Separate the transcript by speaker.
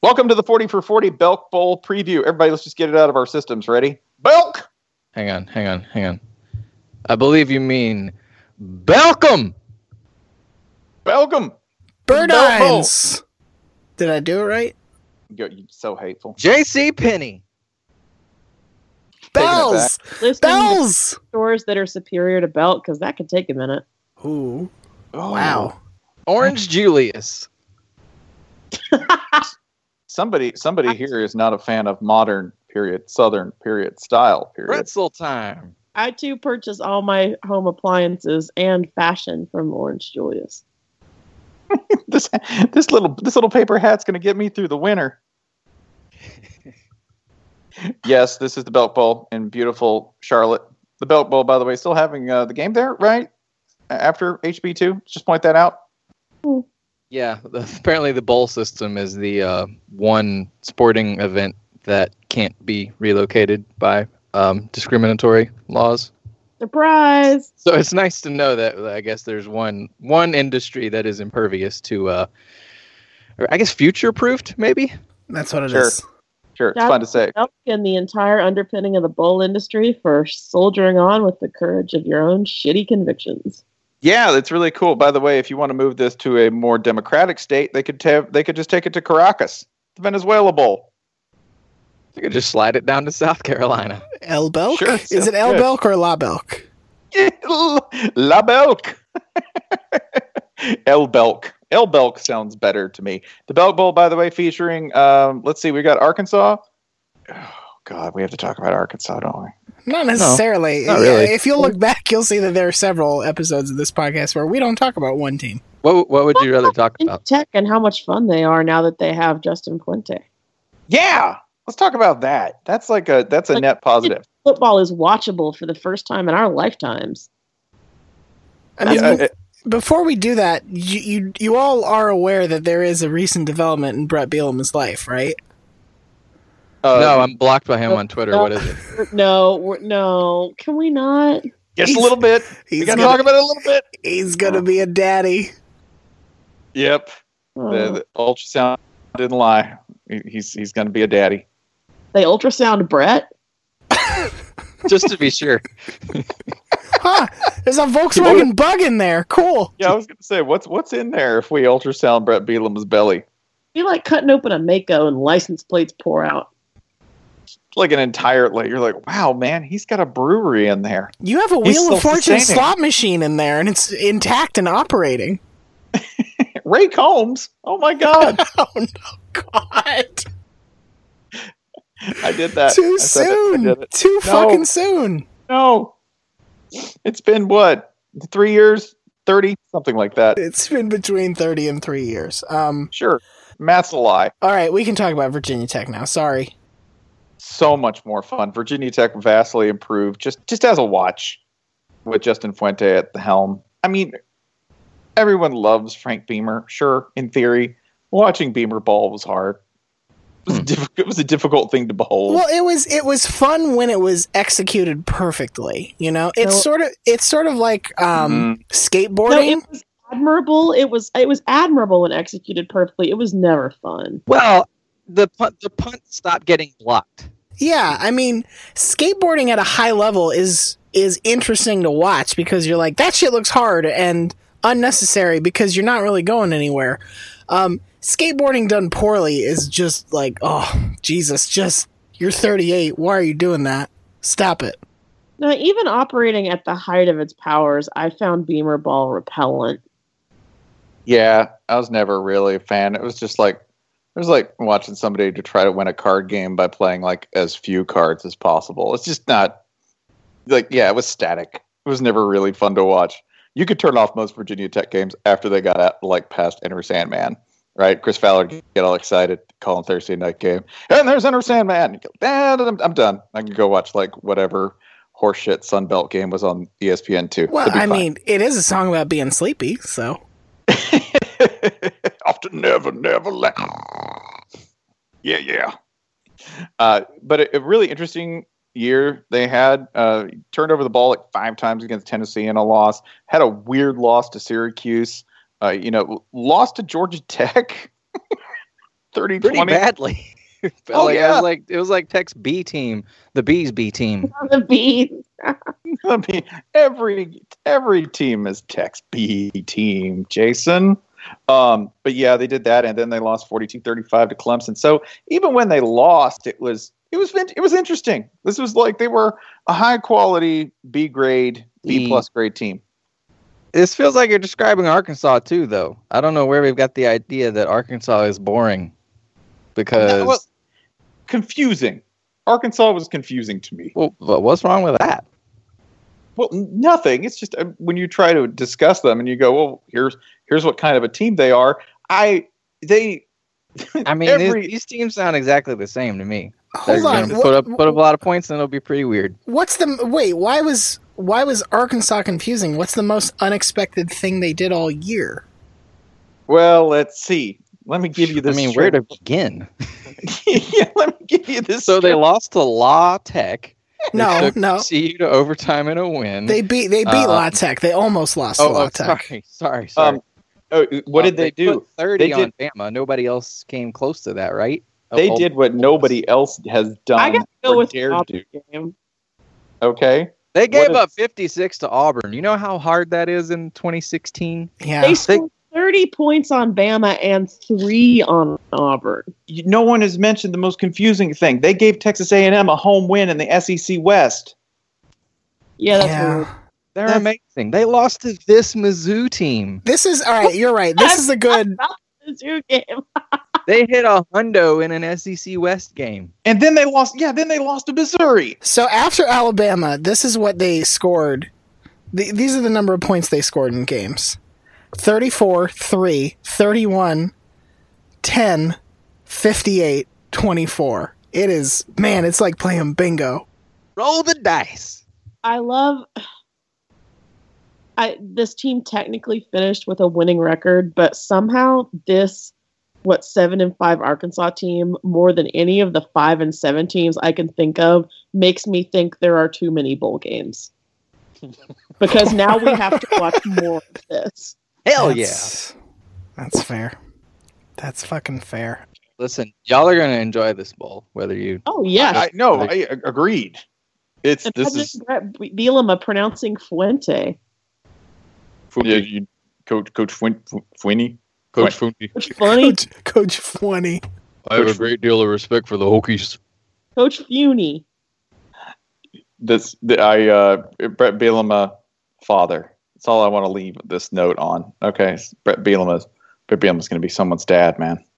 Speaker 1: Welcome to the 40 for 40 Belk Bowl preview. Everybody, let's just get it out of our systems. Ready? Belk!
Speaker 2: Hang on, hang on, hang on. I believe you mean Belcom.
Speaker 1: Belcom!
Speaker 3: Burdines. Did I do it right?
Speaker 1: You're, you're so hateful.
Speaker 2: J.C. Penny.
Speaker 1: Taking it
Speaker 3: Bells.
Speaker 4: Listing the
Speaker 3: Bells.
Speaker 4: stores that are superior to Belt because that could take a minute.
Speaker 3: Ooh. Wow.
Speaker 2: Orange Julius.
Speaker 1: Somebody somebody here is not a fan of modern, period, southern, period, style, period.
Speaker 2: Pretzel time.
Speaker 4: I too purchase all my home appliances and fashion from Orange Julius.
Speaker 1: This this little this little paper hat's gonna get me through the winter. yes, this is the Belk Bowl in beautiful Charlotte. The Belk Bowl, by the way, still having uh, the game there, right? A- After HB two, just point that out.
Speaker 2: Yeah, the, apparently the bowl system is the uh, one sporting event that can't be relocated by um, discriminatory laws.
Speaker 4: Surprise!
Speaker 2: So it's nice to know that I guess there's one one industry that is impervious to, uh, or I guess future proofed maybe.
Speaker 3: That's what it is.
Speaker 1: Sure. Sure, it's
Speaker 4: That-
Speaker 1: fun to say.
Speaker 4: Belk and the entire underpinning of the bowl industry for soldiering on with the courage of your own shitty convictions.
Speaker 1: Yeah, that's really cool. By the way, if you want to move this to a more democratic state, they could have they could just take it to Caracas, the Venezuela Bowl.
Speaker 2: You could just slide it down to South Carolina.
Speaker 3: El Belk?
Speaker 1: Sure,
Speaker 3: is
Speaker 1: sounds
Speaker 3: it El
Speaker 1: good.
Speaker 3: Belk or La Belk?
Speaker 1: La Belk. El Belk. El Belk sounds better to me. The Belk Bowl, by the way, featuring um, let's see, we got Arkansas. Oh God, we have to talk about Arkansas, don't we?
Speaker 3: Not necessarily.
Speaker 2: not really.
Speaker 3: If you look back, you'll see that there are several episodes of this podcast where we don't talk about one team.
Speaker 2: What what would you rather talk
Speaker 4: And
Speaker 2: about?
Speaker 4: Tech and how much fun they are now that they have Justin Puente.
Speaker 1: Yeah. Let's talk about that. That's like a that's a
Speaker 4: Like-
Speaker 1: net positive.
Speaker 4: Football is watchable for the first time in our lifetimes.
Speaker 3: I mean,
Speaker 1: Yeah, uh,
Speaker 3: before we do that, you, you you all are aware that there is a recent development in Brett Bielema's life, right?
Speaker 1: uh,
Speaker 2: Um, no, I'm blocked by him on Twitter. What is it?
Speaker 4: No, we're, no, can we not?
Speaker 1: just a little bit. We
Speaker 3: He's
Speaker 1: got to
Speaker 3: gonna,
Speaker 1: talk about it a little bit.
Speaker 3: he's gonna be a daddy.
Speaker 1: Yep. The,
Speaker 3: Uh-huh.
Speaker 4: Oh.
Speaker 1: the ultrasound didn't lie. He- He's he's going to be a daddy.
Speaker 4: They ultrasound Brett.
Speaker 2: Just to be sure.
Speaker 3: Huh? There's a Volkswagen bug in there. Cool.
Speaker 1: Yeah, I was going to say, what's what's in there if we ultrasound Brett Bielema's belly?
Speaker 4: Be like cutting open a Mako and license plates pour out.
Speaker 1: It's like an entire like you're like, wow, man, he's got a brewery in there.
Speaker 3: You have a
Speaker 1: He's
Speaker 3: Wheel of Fortune
Speaker 1: self-sustaining.
Speaker 3: slot machine in there, and it's intact and operating.
Speaker 1: Ray Combs. Oh my God,
Speaker 3: Oh no, God!
Speaker 1: I did that
Speaker 3: Too
Speaker 1: I said it. I
Speaker 3: soon.
Speaker 1: did it.
Speaker 3: Too fucking soon.
Speaker 1: No, it's been what three years, thirty something like that.
Speaker 3: It's been between thirty and three years. Um.
Speaker 1: Sure, math's a lie.
Speaker 3: All right, we can talk about Virginia Tech now. Sorry.
Speaker 1: so much more fun. Virginia Tech vastly improved just just as a watch with Justin Fuente at the helm. I mean, everyone loves Frank Beamer, sure, in theory. Watching Beamer ball was hard. It was, a, diff- it was a difficult thing to behold.
Speaker 3: Well, it was it was fun when it was executed perfectly. You know, it's
Speaker 4: No.
Speaker 3: sort of it's sort of like
Speaker 1: Mm-hmm.
Speaker 3: um,
Speaker 4: No,
Speaker 3: skateboarding.
Speaker 4: it was admirable. It was it was admirable when executed perfectly. It was never fun.
Speaker 2: Well, the punt the punt stopped getting blocked.
Speaker 3: yeah, I mean, skateboarding at a high level is is interesting to watch because you're like that shit looks hard and unnecessary because you're not really going anywhere. Um, skateboarding done poorly is just like oh Jesus, just you're 38. Why are you doing that? Stop it.
Speaker 4: Now, even operating at the height of its powers, I found Beamer Ball repellent.
Speaker 1: yeah, I was never really a fan. It was just like it was like watching somebody to try to win a card game by playing like as few cards as possible. It's just not like yeah, it was static. It was never really fun to watch. You could turn off most Virginia Tech games after they got out like past Enter Sandman, right? Chris Fowler would get all excited, calling Thursday night game, and there's Enter Sandman. You go, "Ah, I'm, I'm done. I can go watch like whatever horseshit Sunbelt game was on E ESPN two.
Speaker 3: Well, I mean, it is a song about being sleepy, so.
Speaker 1: After never, never let. Yeah, yeah. Uh, but a, a really interesting year they had. Uh, turned over the ball like five times against Tennessee in a loss. Had a weird loss to Syracuse. Uh, you know, lost to Georgia Tech. 30,
Speaker 2: pretty
Speaker 1: 20.
Speaker 2: badly. But,
Speaker 1: Oh,
Speaker 2: like, I
Speaker 1: yeah.
Speaker 2: was like it was like Tech's B team, the B's B team.
Speaker 4: On the beat.
Speaker 1: I mean, every every team is Tex B team, Jason. Um, but yeah, they did that, and then they lost 42-35 to Clemson. So even when they lost, it was it was it was interesting. This was like they were a high quality B grade, B
Speaker 2: E.
Speaker 1: plus grade team.
Speaker 2: This feels like you're describing Arkansas too, though. I don't know where we've got the idea that Arkansas is boring, because
Speaker 1: No, well, confusing. Arkansas was confusing to me.
Speaker 2: well, but what's wrong with that?
Speaker 1: Well, n- nothing. It's just uh, when you try to discuss them and you go, "Well, here's here's what kind of a team they are." I they
Speaker 2: I mean,
Speaker 1: Every-
Speaker 2: these, these teams sound exactly the same to me.
Speaker 3: Hold
Speaker 2: They're
Speaker 3: on.
Speaker 2: gonna
Speaker 3: What-
Speaker 2: put up put up a lot of points, and it'll be pretty weird.
Speaker 3: What's the wait? Why was why was Arkansas confusing? What's the most unexpected thing they did all year?
Speaker 1: well, let's see. Let me give you
Speaker 2: I
Speaker 1: this.
Speaker 2: mean, where
Speaker 1: straight-
Speaker 2: to begin?
Speaker 1: yeah, let me give you this.
Speaker 2: So they
Speaker 1: straight-
Speaker 2: lost to La Tech. They
Speaker 3: No,
Speaker 2: took
Speaker 3: no.
Speaker 2: CU to overtime in a win.
Speaker 3: Oh. They beat they beat
Speaker 2: Uh,
Speaker 3: La Tech. They almost lost to
Speaker 2: oh,
Speaker 3: La
Speaker 2: oh,
Speaker 3: Tech.
Speaker 2: sorry, sorry, sorry.
Speaker 1: Um, oh, what did
Speaker 2: Uh,
Speaker 1: they, do?
Speaker 2: put Thirty
Speaker 1: They
Speaker 2: on Bama. Nobody else came close to that, right?
Speaker 1: They
Speaker 2: Oh,
Speaker 1: did what nobody else has done.
Speaker 4: I gotta go
Speaker 1: or
Speaker 4: with
Speaker 1: dared
Speaker 4: Auburn
Speaker 1: do.
Speaker 4: game.
Speaker 1: Okay.
Speaker 2: They gave
Speaker 1: What a-
Speaker 2: up fifty six to Auburn. You know how hard that is in twenty sixteen.
Speaker 3: Yeah.
Speaker 4: They scored 30 points on Bama and three on Auburn.
Speaker 1: You- No one has mentioned the most confusing thing. They gave Texas A&M a home win in the SEC West.
Speaker 4: Yeah, that's weird.
Speaker 3: yeah.
Speaker 2: They're
Speaker 1: That's-
Speaker 2: amazing. They lost to this Mizzou team.
Speaker 3: This is all right. You're right. This is a good.
Speaker 4: The Zoo game.
Speaker 2: They hit a hundo in an SEC West game.
Speaker 1: And then they lost. Yeah, then they lost to Missouri.
Speaker 3: So after Alabama, this is what they scored. Th- these are the number of points they scored in games 34, 3, 31, 10, 58, 24. It is, man, it's like playing bingo.
Speaker 2: Roll the dice.
Speaker 4: I love. I this team technically finished with a winning record, but somehow this what seven and five Arkansas team more than any of the five and seven teams I can think of makes me think there are too many bowl games. Because now we have to watch more of this.
Speaker 2: Hell yeah.
Speaker 3: That's- That's fair. That's fucking fair.
Speaker 2: Listen, y'all are gonna enjoy this bowl, whether you
Speaker 4: Oh yes.
Speaker 1: I no, I a- agreed. It's this
Speaker 4: Imagine
Speaker 1: is
Speaker 4: Brett B- Bielema pronouncing Fuente.
Speaker 1: yeah, you, Coach Coach Fwin, Fwinny. Coach
Speaker 2: Funky.
Speaker 4: Coach Funny,
Speaker 3: Coach, Coach Fweny.
Speaker 2: I have a great deal of respect for the Hokies.
Speaker 4: Coach Funi.
Speaker 1: This the, I uh, Brett Bielema father. That's all I want to leave this note on. Okay, Brett Bielema's Brett Bielema's going to be someone's dad, man.